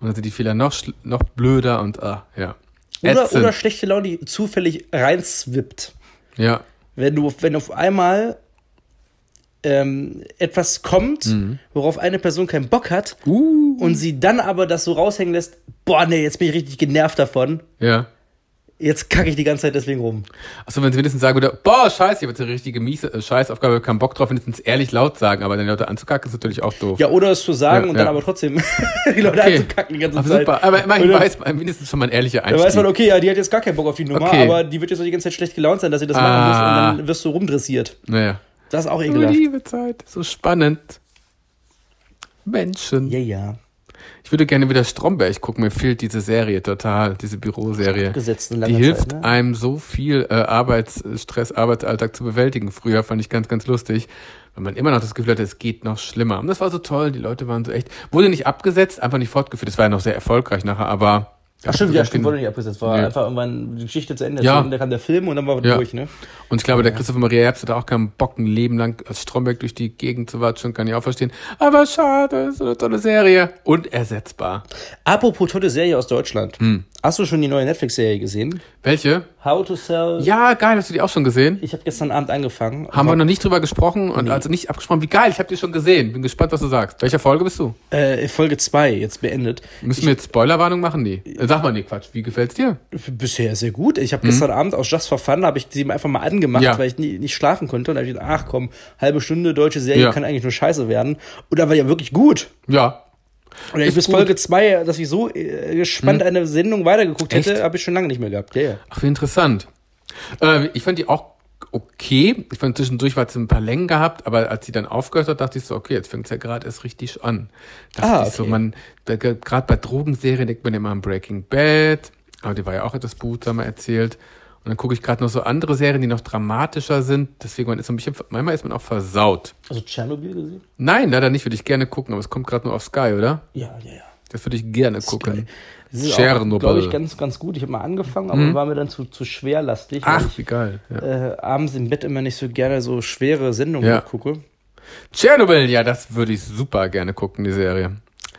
Speaker 1: und dann sind die Fehler noch, schl- noch blöder und ah, ja.
Speaker 2: Oder,
Speaker 1: Ätzend.
Speaker 2: oder schlechte Laune, die zufällig reinzwippt.
Speaker 1: ja,
Speaker 2: Wenn du, wenn auf einmal ähm, etwas kommt,
Speaker 1: Mhm.
Speaker 2: worauf eine Person keinen Bock hat
Speaker 1: Uh.
Speaker 2: und sie dann aber das so raushängen lässt, boah, nee, jetzt bin ich richtig genervt davon,
Speaker 1: ja.
Speaker 2: jetzt kacke ich die ganze Zeit deswegen rum.
Speaker 1: Achso, wenn sie wenigstens sagen würde, boah, scheiße, ich habe jetzt eine richtige miese äh, Scheißaufgabe, keinen Bock drauf, wenigstens ehrlich laut sagen, aber dann die Leute anzukacken ist natürlich auch doof.
Speaker 2: Ja, oder es zu sagen
Speaker 1: Ja,
Speaker 2: und dann
Speaker 1: ja.
Speaker 2: aber trotzdem die Leute anzukacken die ganze
Speaker 1: aber
Speaker 2: Zeit.
Speaker 1: super, aber immerhin
Speaker 2: Und dann-
Speaker 1: weiß man wenigstens schon mal ein ehrlicher
Speaker 2: Dann
Speaker 1: Einstieg.
Speaker 2: weiß man, okay, ja, die hat jetzt gar keinen Bock auf die Nummer,
Speaker 1: Okay.
Speaker 2: aber die wird jetzt so die ganze Zeit schlecht gelaunt sein, dass sie das machen muss
Speaker 1: Ah.
Speaker 2: und dann wirst du rumdressiert.
Speaker 1: naja.
Speaker 2: Das ist auch
Speaker 1: Oh,
Speaker 2: ekelhaft.
Speaker 1: liebe Zeit, so spannend. Menschen.
Speaker 2: Ja, ja.
Speaker 1: Ich würde gerne wieder Stromberg gucken. Mir fehlt diese Serie total, diese Büroserie.
Speaker 2: Abgesetzt in
Speaker 1: Die
Speaker 2: langer
Speaker 1: hilft
Speaker 2: Zeit, ne?
Speaker 1: einem so viel äh, Arbeitsstress, Arbeitsalltag zu bewältigen. Früher fand ich ganz, ganz lustig, wenn man immer noch das Gefühl hatte, es geht noch schlimmer. Und das war so toll. Die Leute waren so echt. Wurde nicht abgesetzt, einfach nicht fortgeführt. Das war ja noch sehr erfolgreich nachher, aber.
Speaker 2: Ach stimmt, ja, stimmt, wurde nicht abgesetzt. War
Speaker 1: Nee.
Speaker 2: einfach irgendwann die Geschichte zu Ende.
Speaker 1: Ja.
Speaker 2: Und dann kam der Film und dann war
Speaker 1: Ja.
Speaker 2: durch, ne?
Speaker 1: Und ich glaube, der Christopher Maria Herbst hatte auch keinen Bock, ein Leben lang als Stromberg durch die Gegend zu watschen. Kann ich auch verstehen. Aber schade, so eine tolle Serie. Und ersetzbar. Hm.
Speaker 2: Apropos tolle Serie aus Deutschland. Hast du schon die neue Netflix-Serie gesehen?
Speaker 1: Welche?
Speaker 2: How to Sell.
Speaker 1: Ja, geil, hast du die auch schon gesehen?
Speaker 2: Ich habe gestern Abend angefangen.
Speaker 1: Haben wir noch nicht drüber gesprochen und also nicht abgesprochen. Wie geil, ich habe die schon gesehen. Bin gespannt, was du sagst. Welcher Folge bist du?
Speaker 2: äh, Folge 2 jetzt beendet.
Speaker 1: Müssen wir jetzt Spoilerwarnung machen? Nee. Äh, Sag mal, nee, Quatsch. Wie gefällt's dir?
Speaker 2: Bisher sehr gut. Ich habe gestern Abend aus Just for Fun, habe ich sie einfach mal angemacht,
Speaker 1: Mhm. Ja.
Speaker 2: weil ich nie, nicht schlafen konnte. Und da habe ich gedacht, ach komm, halbe Stunde deutsche Serie
Speaker 1: Ja.
Speaker 2: kann eigentlich nur scheiße werden. Und da war ja wirklich gut.
Speaker 1: Ja.
Speaker 2: Und ich
Speaker 1: Ist
Speaker 2: bis
Speaker 1: gut. Mhm.
Speaker 2: Folge 2, dass ich so äh, gespannt eine Sendung weitergeguckt
Speaker 1: Echt?
Speaker 2: hätte, habe ich schon lange nicht mehr gehabt. Ja, ja.
Speaker 1: Ach, wie interessant. Äh, ich fand die auch okay. Ich fand zwischendurch hat sie ein paar Längen gehabt, aber als sie dann aufgehört hat, dachte ich so, okay, jetzt fängt's ja gerade erst richtig an. Dachte
Speaker 2: Ah,
Speaker 1: ich so,
Speaker 2: okay.
Speaker 1: man, da ge- gerade bei Drogenserien denkt man immer an Breaking Bad, aber die war ja auch etwas behutsamer erzählt. Und dann gucke ich gerade noch so andere Serien, die noch dramatischer sind. Deswegen man ist man ein bisschen, manchmal ist man auch versaut.
Speaker 2: Also Tschernobyl gesehen?
Speaker 1: Nein, leider nicht, würde ich gerne gucken, aber es kommt gerade nur auf Sky, oder?
Speaker 2: Ja, ja, ja.
Speaker 1: Das würde ich gerne gucken.
Speaker 2: Das ist
Speaker 1: Tschernobyl. Mhm.
Speaker 2: auch, glaube ich, ganz, ganz gut. Ich habe mal angefangen, aber war mir dann zu, zu schwerlastig, weil
Speaker 1: Ach,
Speaker 2: ich
Speaker 1: wie geil. Ja.
Speaker 2: äh, abends im Bett immer nicht so gerne so schwere Sendungen
Speaker 1: Ja.
Speaker 2: gucke.
Speaker 1: Tschernobyl, ja, das würde ich super gerne gucken, die Serie.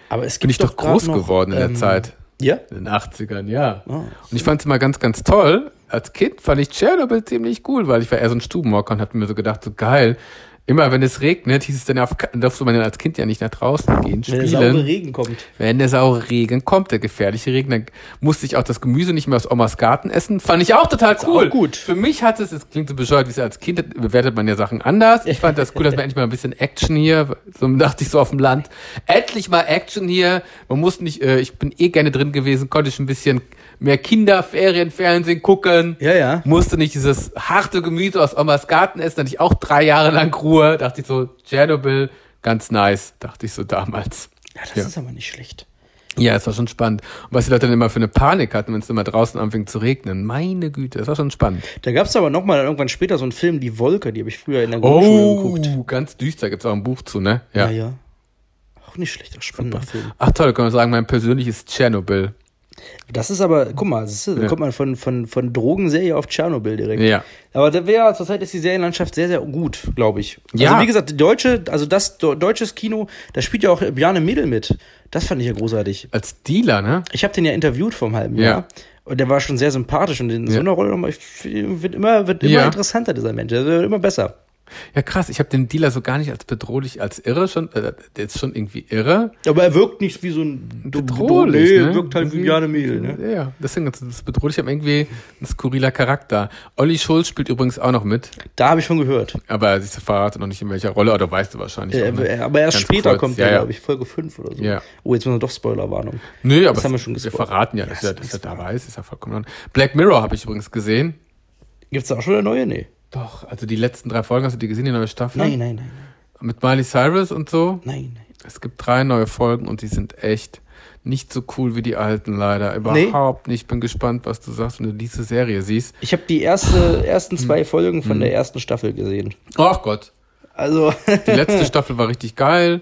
Speaker 2: Aber es gibt
Speaker 1: Bin ich doch
Speaker 2: grad
Speaker 1: groß
Speaker 2: noch,
Speaker 1: geworden ne? in der
Speaker 2: ähm,
Speaker 1: Zeit.
Speaker 2: Ja?
Speaker 1: In den 80ern, ja.
Speaker 2: Ah,
Speaker 1: und ich fand es immer ganz, ganz toll. Als Kind fand ich Tschernobyl ziemlich cool, weil ich war eher so ein Stubenhocker und hab mir so gedacht, so geil. Immer wenn es regnet, hieß es dann, auf, durfte man dann als Kind ja nicht nach draußen gehen,
Speaker 2: Wenn der saure
Speaker 1: spielen.
Speaker 2: Regen kommt.
Speaker 1: Wenn der saure Regen kommt, der gefährliche Regen, dann musste ich auch das Gemüse nicht mehr aus Omas Garten essen. Fand ich auch total cool.
Speaker 2: auch gut.
Speaker 1: Für mich hat es, es klingt so bescheuert, wie es als Kind bewertet man ja Sachen anders. Ich fand das cool, dass wir endlich mal ein bisschen Action hier, so dachte ich so auf dem Land. Endlich mal Action hier. Man muss nicht, äh, ich bin eh gerne drin gewesen, konnte ich ein bisschen mehr Kinderferien, Fernsehen gucken.
Speaker 2: Ja, ja.
Speaker 1: Musste nicht dieses harte Gemüse aus Omas Garten essen, hatte ich auch drei Jahre lang Ruhe. Dachte ich so, Tschernobyl, ganz nice, dachte ich so damals.
Speaker 2: Ja, das
Speaker 1: Ja.
Speaker 2: ist aber nicht schlecht.
Speaker 1: Ja, es war schon spannend. Und was die Leute dann immer für eine Panik hatten, wenn es immer draußen anfing zu regnen. Meine Güte, das war schon spannend.
Speaker 2: Da gab es aber nochmal irgendwann später so einen Film, Die Wolke, die habe ich früher in der Grundschule
Speaker 1: Oh,
Speaker 2: geguckt.
Speaker 1: ganz düster. Gibt's auch ein Buch zu, ne?
Speaker 2: Ja.
Speaker 1: Ja.
Speaker 2: ja. Auch nicht schlecht, auch spannender Film.
Speaker 1: Ach toll, kann man sagen, mein persönliches Tschernobyl.
Speaker 2: Das ist aber, guck mal, das ist, da kommt man von, von, von Drogenserie auf Tschernobyl direkt.
Speaker 1: Ja.
Speaker 2: Aber da wär, zurzeit ist die Serienlandschaft sehr, sehr gut, glaube ich.
Speaker 1: Ja.
Speaker 2: Also wie gesagt, die deutsche, also das do, deutsches Kino, da spielt ja auch Bjarne Mädel mit. Das fand ich ja großartig.
Speaker 1: Als Dealer, ne?
Speaker 2: Ich habe den ja interviewt vor einem halben
Speaker 1: Ja.
Speaker 2: Jahr. Und der war schon sehr sympathisch und in so
Speaker 1: Ja.
Speaker 2: einer Rolle nochmal, ich f- wird immer, wird immer
Speaker 1: Ja.
Speaker 2: interessanter, dieser Mensch. Der wird immer besser.
Speaker 1: Ja, krass. Ich habe den Dealer so gar nicht als bedrohlich, als irre schon. Äh, der ist schon irgendwie irre.
Speaker 2: Aber er wirkt nicht wie so ein
Speaker 1: bedrohlich.
Speaker 2: Nee,
Speaker 1: ne?
Speaker 2: wirkt halt wie
Speaker 1: Irgendwie-
Speaker 2: Bjarne Mädel, ne?
Speaker 1: Ja, Ja, deswegen das ist bedrohlich, aber irgendwie ein skurriler Charakter. Olli Schulz spielt übrigens auch noch mit,
Speaker 2: Da habe ich schon gehört.
Speaker 1: aber sie verratet noch nicht in welcher Rolle, oder weißt du wahrscheinlich.
Speaker 2: Äh,
Speaker 1: auch, ne?
Speaker 2: aber erst
Speaker 1: Ganz
Speaker 2: später
Speaker 1: kurz,
Speaker 2: kommt
Speaker 1: ja,
Speaker 2: der,
Speaker 1: ja.
Speaker 2: glaube ich, Folge 5 oder so.
Speaker 1: Ja.
Speaker 2: Oh, jetzt müssen wir doch Spoilerwarnung.
Speaker 1: Nö, aber
Speaker 2: Das haben wir
Speaker 1: es-
Speaker 2: schon
Speaker 1: wir
Speaker 2: gespoilert.
Speaker 1: verraten ja,
Speaker 2: Ja,
Speaker 1: dass er,
Speaker 2: das
Speaker 1: dass er
Speaker 2: ist wahr.
Speaker 1: dabei ist, ist ja vollkommen. in Ordnung. Black Mirror habe ich übrigens gesehen.
Speaker 2: Gibt es da auch schon eine neue? Nee.
Speaker 1: Doch, also die letzten drei Folgen, hast du die gesehen, die neue Staffel?
Speaker 2: Nein, nein, nein.
Speaker 1: Mit Miley Cyrus und so.
Speaker 2: Nein, nein.
Speaker 1: Es gibt drei neue Folgen und die sind echt nicht so cool wie die alten, leider. Überhaupt nicht. Bin gespannt, was du sagst, wenn du diese Serie siehst.
Speaker 2: Ich habe die erste, ersten zwei Folgen von der ersten Staffel gesehen.
Speaker 1: Ach Gott.
Speaker 2: Hm. Also,
Speaker 1: Die letzte Staffel war richtig geil.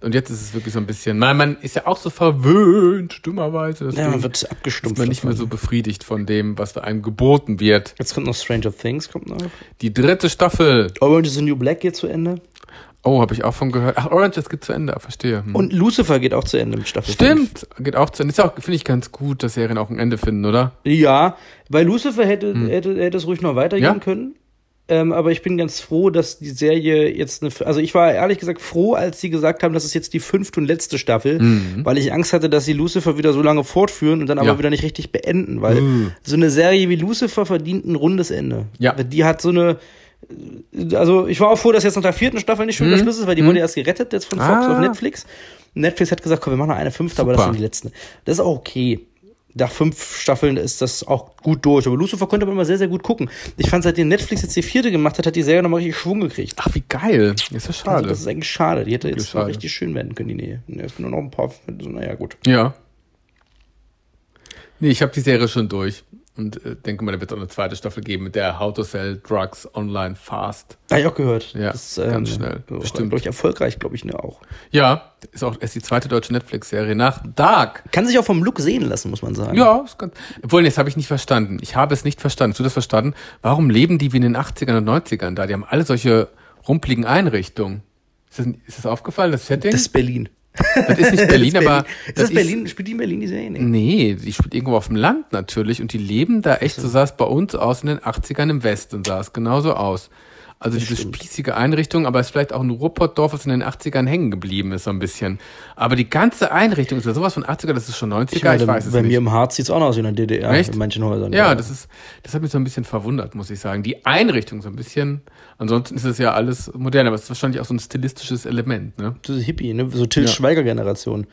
Speaker 1: Und jetzt ist es wirklich so ein bisschen. Man, man ist ja auch so verwöhnt, dummerweise. Deswegen
Speaker 2: ja, man wird
Speaker 1: ist
Speaker 2: abgestumpft.
Speaker 1: man nicht mehr
Speaker 2: davon.
Speaker 1: so befriedigt von dem, was da einem geboten wird.
Speaker 2: Jetzt kommt noch Stranger Things, kommt noch.
Speaker 1: Die dritte Staffel.
Speaker 2: Orange is the New Black geht zu Ende.
Speaker 1: Oh, habe ich auch von gehört. Ach, Orange, das geht zu Ende, verstehe. Hm.
Speaker 2: Und Lucifer geht auch zu Ende mit Staffel fünf.
Speaker 1: Stimmt, geht auch zu Ende. Ist ja auch, finde ich, ganz gut, dass Serien auch ein Ende finden, oder?
Speaker 2: Ja, bei Lucifer hätte, hätte, hätte es ruhig noch weitergehen
Speaker 1: Hm. Ja?
Speaker 2: können. Ähm, aber ich bin ganz froh, dass die Serie jetzt eine. Also ich war ehrlich gesagt froh, als sie gesagt haben, das ist jetzt die fünfte und letzte Staffel, weil ich Angst hatte, dass sie Lucifer wieder so lange fortführen und dann aber
Speaker 1: Hm. Ja.
Speaker 2: wieder nicht richtig beenden, weil
Speaker 1: Mhm.
Speaker 2: so eine Serie wie Lucifer verdient ein rundes Ende.
Speaker 1: Ja.
Speaker 2: Die hat so eine. Also ich war auch froh, dass jetzt nach der vierten Staffel nicht schon der Schluss ist, weil die wurde erst gerettet jetzt von Fox
Speaker 1: Hm. Ah.
Speaker 2: auf Netflix. Netflix hat gesagt, komm, wir machen noch eine fünfte, aber das
Speaker 1: Super.
Speaker 2: sind die letzten. Das ist auch okay. Nach fünf Staffeln ist das auch gut durch. Aber Lucifer konnte man immer sehr, sehr gut gucken. Ich fand, seitdem Netflix jetzt die vierte gemacht hat, hat die Serie nochmal richtig Schwung gekriegt.
Speaker 1: Ach, wie geil. Ist ja
Speaker 2: Also
Speaker 1: schade.
Speaker 2: das ist eigentlich schade. Die hätte jetzt
Speaker 1: schade.
Speaker 2: noch richtig schön werden können, die Nähe. Ne, es sind nur noch ein paar. so, Naja, gut.
Speaker 1: ja. Nee, ich habe die Serie schon durch. Und äh, denke mal, da wird auch eine zweite Staffel geben mit der How to Sell Drugs Online Fast.
Speaker 2: Habe ich auch gehört.
Speaker 1: Ja, ganz schnell. Bestimmt.
Speaker 2: Bestimmt. Durch erfolgreich, glaube ich, ne, auch.
Speaker 1: Ja, ist auch ist die zweite deutsche Netflix-Serie nach Dark.
Speaker 2: Kann sich auch vom Look sehen lassen, muss man sagen.
Speaker 1: Ja, ist ganz. Obwohl, das habe ich nicht verstanden. Ich habe es nicht verstanden. Hast du das verstanden? Warum leben die wie in den 80ern und 90ern da? Die haben alle solche rumpeligen Einrichtungen. Ist das, ist das aufgefallen, das Setting?
Speaker 2: Das ist Berlin.
Speaker 1: Das ist nicht Berlin,
Speaker 2: Ist
Speaker 1: aber.
Speaker 2: Ist das Berlin? Spielt die in Berlin die Serie? Nee.
Speaker 1: Nee, die spielt irgendwo auf dem Land natürlich und die leben da echt, so sah es bei uns aus in den 80ern im Westen, sah es genauso aus. Also diese spießige Einrichtung, aber es ist vielleicht auch ein Ruhrpottdorf, was in den 80ern hängen geblieben ist, so ein bisschen. Aber die ganze Einrichtung ist ja sowas von 80er, das ist schon 90er, ich,
Speaker 2: meine,
Speaker 1: weiß es
Speaker 2: bei
Speaker 1: nicht.
Speaker 2: mir im Harz sieht es auch noch aus wie in der DDR
Speaker 1: Echt?
Speaker 2: in manchen Häusern.
Speaker 1: Ja, das ist, das hat mich so ein bisschen verwundert, muss ich sagen. Die Einrichtung so ein bisschen. Ansonsten ist es ja alles modern, aber es ist wahrscheinlich auch so ein stilistisches Element, ne?
Speaker 2: das ist Hippie, ne? So Till Schweiger Generation.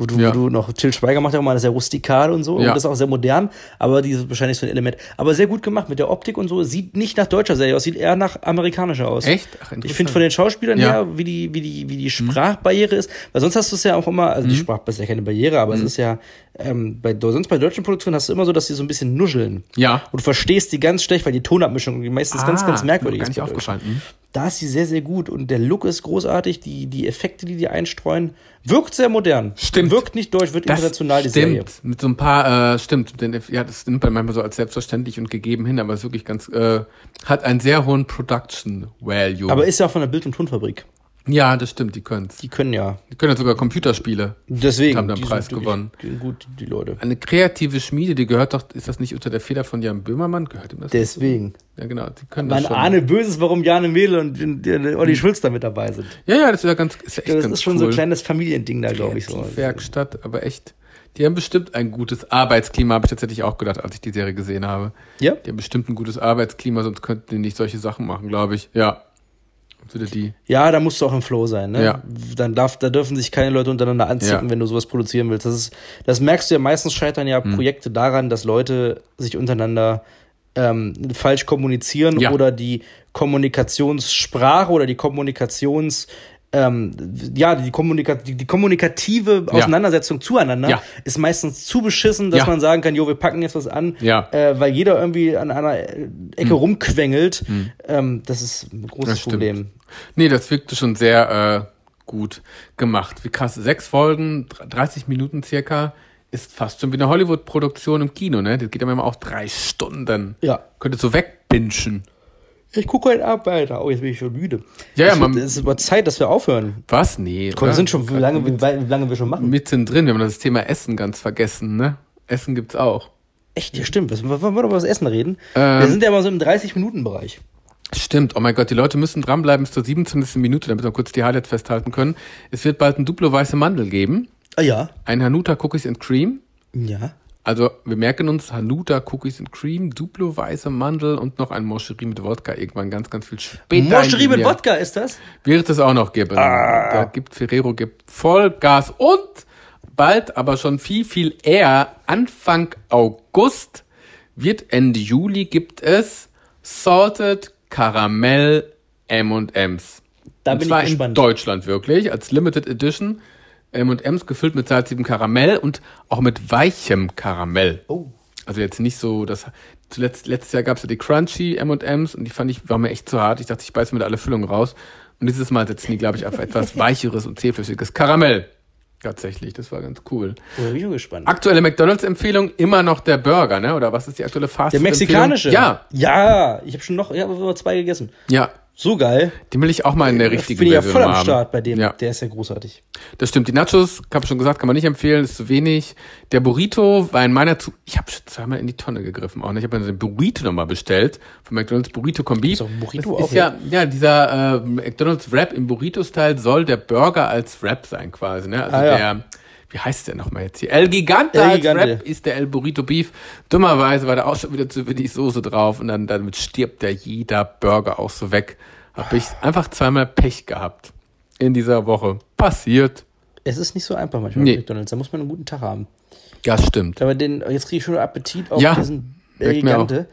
Speaker 2: Wo du,
Speaker 1: Ja.
Speaker 2: wo du noch, Till Schweiger macht ja auch mal sehr rustikal und so.
Speaker 1: Ja.
Speaker 2: Und das ist auch sehr modern, aber dieses wahrscheinlich so ein Element. Aber sehr gut gemacht mit der Optik und so. Sieht nicht nach deutscher Serie aus, sieht eher nach amerikanischer aus.
Speaker 1: Echt? Ach,
Speaker 2: Ich
Speaker 1: interessant.
Speaker 2: finde von den Schauspielern
Speaker 1: Ja.
Speaker 2: her, wie die, wie die, wie die Sprachbarriere ist, weil sonst hast du es ja auch immer, also die
Speaker 1: Mhm.
Speaker 2: Sprachbarriere ist ja keine Barriere, aber es ist ja, ähm, bei, sonst bei deutschen Produktionen hast du immer so, dass die so ein bisschen nuscheln.
Speaker 1: Ja.
Speaker 2: Und du verstehst die ganz schlecht, weil die Tonabmischung meistens ganz,
Speaker 1: Ah,
Speaker 2: ganz merkwürdig
Speaker 1: ist.
Speaker 2: ist.
Speaker 1: mir Gar
Speaker 2: bei
Speaker 1: nicht
Speaker 2: Deutschen
Speaker 1: aufgefallen. Hm?
Speaker 2: da ist sie sehr, sehr gut und der Look ist großartig, die, die Effekte, die die einstreuen, wirkt sehr modern.
Speaker 1: Stimmt.
Speaker 2: Wirkt nicht deutsch, wird international die
Speaker 1: stimmt.
Speaker 2: Serie.
Speaker 1: Mit so ein paar, äh, stimmt. Denn, ja, das nimmt man manchmal so als selbstverständlich und gegeben hin, aber ist wirklich ganz, äh, hat einen sehr hohen Production Value.
Speaker 2: Aber ist ja auch von der Bild- und Tonfabrik.
Speaker 1: ja, das stimmt, die können's.
Speaker 2: Die können ja.
Speaker 1: Die können ja sogar Computerspiele.
Speaker 2: Deswegen.
Speaker 1: Haben dann
Speaker 2: die
Speaker 1: Preis
Speaker 2: wirklich
Speaker 1: gewonnen.
Speaker 2: Gut, die Leute.
Speaker 1: Eine kreative Schmiede, die gehört doch, ist das nicht unter der Feder von Jan Böhmermann? Gehört ihm das?
Speaker 2: Deswegen.
Speaker 1: ja, genau. Die können
Speaker 2: Man
Speaker 1: das schon.
Speaker 2: ahne Böses, warum Jane Mehl und, und, und Olli Schulz da mit dabei sind.
Speaker 1: Ja, ja, das ist ja ganz, ist ja echt
Speaker 2: Das
Speaker 1: ganz
Speaker 2: ist schon
Speaker 1: cool.
Speaker 2: so ein kleines Familiending da, glaube ich. So.
Speaker 1: Kreativwerkstatt, aber echt. Die haben bestimmt ein gutes Arbeitsklima, habe ich tatsächlich auch gedacht, als ich die Serie gesehen habe.
Speaker 2: Ja?
Speaker 1: Die haben bestimmt ein gutes Arbeitsklima, sonst könnten die nicht solche Sachen machen, glaube ich. Ja. Würde die.
Speaker 2: ja, da musst du auch im Flow sein. Ne?
Speaker 1: Ja.
Speaker 2: Dann darf, da dürfen sich keine Leute untereinander anzicken,
Speaker 1: Ja.
Speaker 2: wenn du sowas produzieren willst. Das, ist, das merkst du ja meistens scheitern ja
Speaker 1: Mhm.
Speaker 2: Projekte daran, dass Leute sich untereinander ähm, falsch kommunizieren
Speaker 1: Ja.
Speaker 2: oder die Kommunikationssprache oder die Kommunikations ähm, ja, die, Kommunika die, die kommunikative Auseinandersetzung zueinander
Speaker 1: Ja.
Speaker 2: ist meistens zu beschissen, dass
Speaker 1: Ja.
Speaker 2: man sagen kann, jo, wir packen jetzt was an,
Speaker 1: Ja. Mhm.
Speaker 2: äh, weil jeder irgendwie an einer äh, Ecke rumquengelt. Ähm, das ist ein großes
Speaker 1: Das stimmt.
Speaker 2: Problem.
Speaker 1: Nee, das wirkte schon sehr äh, gut gemacht. Wie krass. Sechs Folgen, dr- 30 Minuten circa, ist fast schon wie eine Hollywood-Produktion im Kino, ne? Das geht ja manchmal auch drei Stunden.
Speaker 2: Ja.
Speaker 1: Könntest du wegbinschen.
Speaker 2: Ich gucke heute ab, Alter. Oh, jetzt bin ich schon müde.
Speaker 1: Ja, ja,
Speaker 2: es,
Speaker 1: man-
Speaker 2: wird, es ist aber Zeit, dass wir aufhören.
Speaker 1: Was? Nee.
Speaker 2: Komm, wir
Speaker 1: oder?
Speaker 2: sind schon, wie lange, wie, weit- wie lange wir schon machen.
Speaker 1: mittendrin. Wir haben das Thema Essen ganz vergessen, ne? Essen gibt's auch.
Speaker 2: Echt, ja, stimmt. Was, wollen wir über das Essen reden?
Speaker 1: Ähm.
Speaker 2: wir sind ja mal so im 30-Minuten-Bereich.
Speaker 1: Stimmt, oh mein Gott, die Leute müssen dranbleiben bis zur 27. Minute, damit wir kurz die Highlights festhalten können. Es wird bald ein Duplo weiße Mandel geben,
Speaker 2: Ah, ja.
Speaker 1: ein Hanuta Cookies and Cream.
Speaker 2: Ja.
Speaker 1: Also wir merken uns Hanuta Cookies and Cream, Duplo weiße Mandel und noch ein Moscherie mit Wodka. Irgendwann ganz, ganz viel später.
Speaker 2: Moscherie
Speaker 1: in
Speaker 2: mit
Speaker 1: mir
Speaker 2: Wodka ist das?
Speaker 1: Wird es auch noch geben.
Speaker 2: Ah.
Speaker 1: Da gibt Ferrero gibt Vollgas und bald, aber schon viel, viel eher, Anfang August wird Ende Juli gibt es Salted Karamell M&M's.
Speaker 2: Da
Speaker 1: Und
Speaker 2: bin
Speaker 1: zwar
Speaker 2: ich
Speaker 1: in
Speaker 2: gespannt.
Speaker 1: Deutschland wirklich, als Limited Edition. M&M's gefüllt mit salzigem Karamell und auch mit weichem Karamell.
Speaker 2: Oh.
Speaker 1: Also jetzt nicht so, das zuletzt letztes Jahr gab's ja die Crunchy M&Ms und die fand ich waren mir echt zu hart. Ich dachte, ich beiß mir da alle Füllungen raus. Und dieses Mal setzen die, glaube ich, auf etwas weicheres und zähflüssiges Karamell. Tatsächlich, das war ganz cool.
Speaker 2: Oh, da bin ich schon gespannt.
Speaker 1: Aktuelle McDonalds-Empfehlung immer noch der Burger, ne? Oder was ist die aktuelle fast
Speaker 2: Der mexikanische?
Speaker 1: Ja,
Speaker 2: Ja, ich habe schon noch, ich habe nur zwei gegessen.
Speaker 1: ja.
Speaker 2: So geil.
Speaker 1: Den will ich auch mal in der richtigen
Speaker 2: Äh, Bin ich ja
Speaker 1: Version
Speaker 2: voll am
Speaker 1: haben.
Speaker 2: Start bei dem.
Speaker 1: Ja.
Speaker 2: Der ist ja großartig.
Speaker 1: Das stimmt. Die Nachos, hab schon gesagt, kann man nicht empfehlen, ist zu wenig. Der Burrito war in meiner zu. Ich habe schon zweimal in die Tonne gegriffen. Auch nicht. Ich habe mir den Burrito nochmal bestellt. Von McDonalds Burrito Kombi.
Speaker 2: Ist auch ein Burrito
Speaker 1: das
Speaker 2: auch,
Speaker 1: ist ja, ja, dieser äh, McDonalds Wrap im Burrito-Style soll der Burger als Wrap sein, quasi. Ne? Also
Speaker 2: Ah, ja.
Speaker 1: der. Wie heißt der nochmal jetzt hier? El Gigante
Speaker 2: El
Speaker 1: als
Speaker 2: Gigante.
Speaker 1: Wrap ist der El Burrito Beef. Dummerweise war da auch schon wieder zu wenig Soße drauf und dann damit stirbt ja jeder Burger auch so weg. Habe ich einfach zweimal Pech gehabt in dieser Woche. Passiert.
Speaker 2: Es ist nicht so einfach manchmal
Speaker 1: Nee.
Speaker 2: mit McDonalds. Da muss man einen guten Tag haben.
Speaker 1: Ja, stimmt.
Speaker 2: Aber den, jetzt kriege ich schon Appetit auf
Speaker 1: Ja,
Speaker 2: diesen
Speaker 1: merkt mir auch.
Speaker 2: Gigante.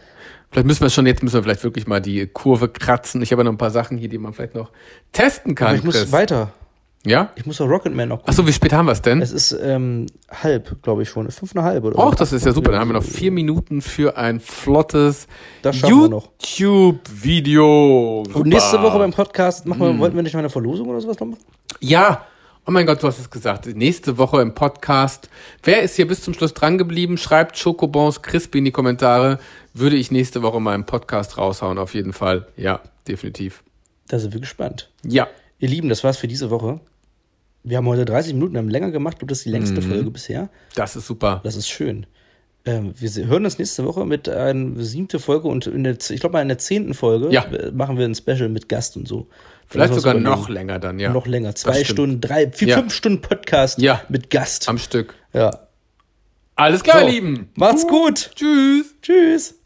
Speaker 1: Vielleicht müssen wir schon, jetzt müssen wir vielleicht wirklich mal die Kurve kratzen. Ich habe ja noch ein paar Sachen hier, die man vielleicht noch testen
Speaker 2: Aber
Speaker 1: kann,
Speaker 2: ich muss
Speaker 1: Chris.
Speaker 2: weiter.
Speaker 1: Ja?
Speaker 2: Ich muss auch Rocketman noch gucken.
Speaker 1: Achso, wie spät haben wir es denn?
Speaker 2: Es ist ähm, halb, glaube ich schon. Fünf und eine halbe oder
Speaker 1: Och,
Speaker 2: so.
Speaker 1: das ist ja super. Dann haben wir noch vier Minuten für ein flottes
Speaker 2: Oh. Das schaffen wir noch.
Speaker 1: YouTube-Video.
Speaker 2: Und
Speaker 1: Super. Hm.
Speaker 2: nächste Woche beim Podcast machen wir, wollten wir nicht mal eine Verlosung oder sowas noch machen?
Speaker 1: Ja. Oh mein Gott, du hast es gesagt. Nächste Woche im Podcast. Wer ist hier bis zum Schluss dran geblieben? Schreibt Schokobons Crispy in die Kommentare. Würde ich nächste Woche mal im Podcast raushauen, auf jeden Fall. Ja, definitiv.
Speaker 2: Da sind wir gespannt.
Speaker 1: Ja.
Speaker 2: Ihr Lieben, das war's für diese Woche. Wir haben heute 30 Minuten, haben länger gemacht. Ich glaube, das ist die längste
Speaker 1: Hm.
Speaker 2: Folge bisher.
Speaker 1: Das ist super.
Speaker 2: Das ist schön. Ähm, wir se- hören uns nächste Woche mit einer siebten Folge und in der, z- ich glaube, in der zehnten Folge
Speaker 1: Ja.
Speaker 2: äh, machen wir ein Special mit Gast und so.
Speaker 1: Vielleicht
Speaker 2: Müssen wir
Speaker 1: sogar
Speaker 2: uns überlegen.
Speaker 1: noch länger dann, ja.
Speaker 2: Noch länger.
Speaker 1: Das
Speaker 2: Zwei
Speaker 1: stimmt.
Speaker 2: Stunden, drei, vier,
Speaker 1: Ja.
Speaker 2: fünf Stunden Podcast
Speaker 1: Ja.
Speaker 2: mit Gast.
Speaker 1: Am Stück.
Speaker 2: ja.
Speaker 1: Alles klar,
Speaker 2: So.
Speaker 1: ihr Lieben.
Speaker 2: Macht's gut.
Speaker 1: Tschüss.
Speaker 2: Tschüss.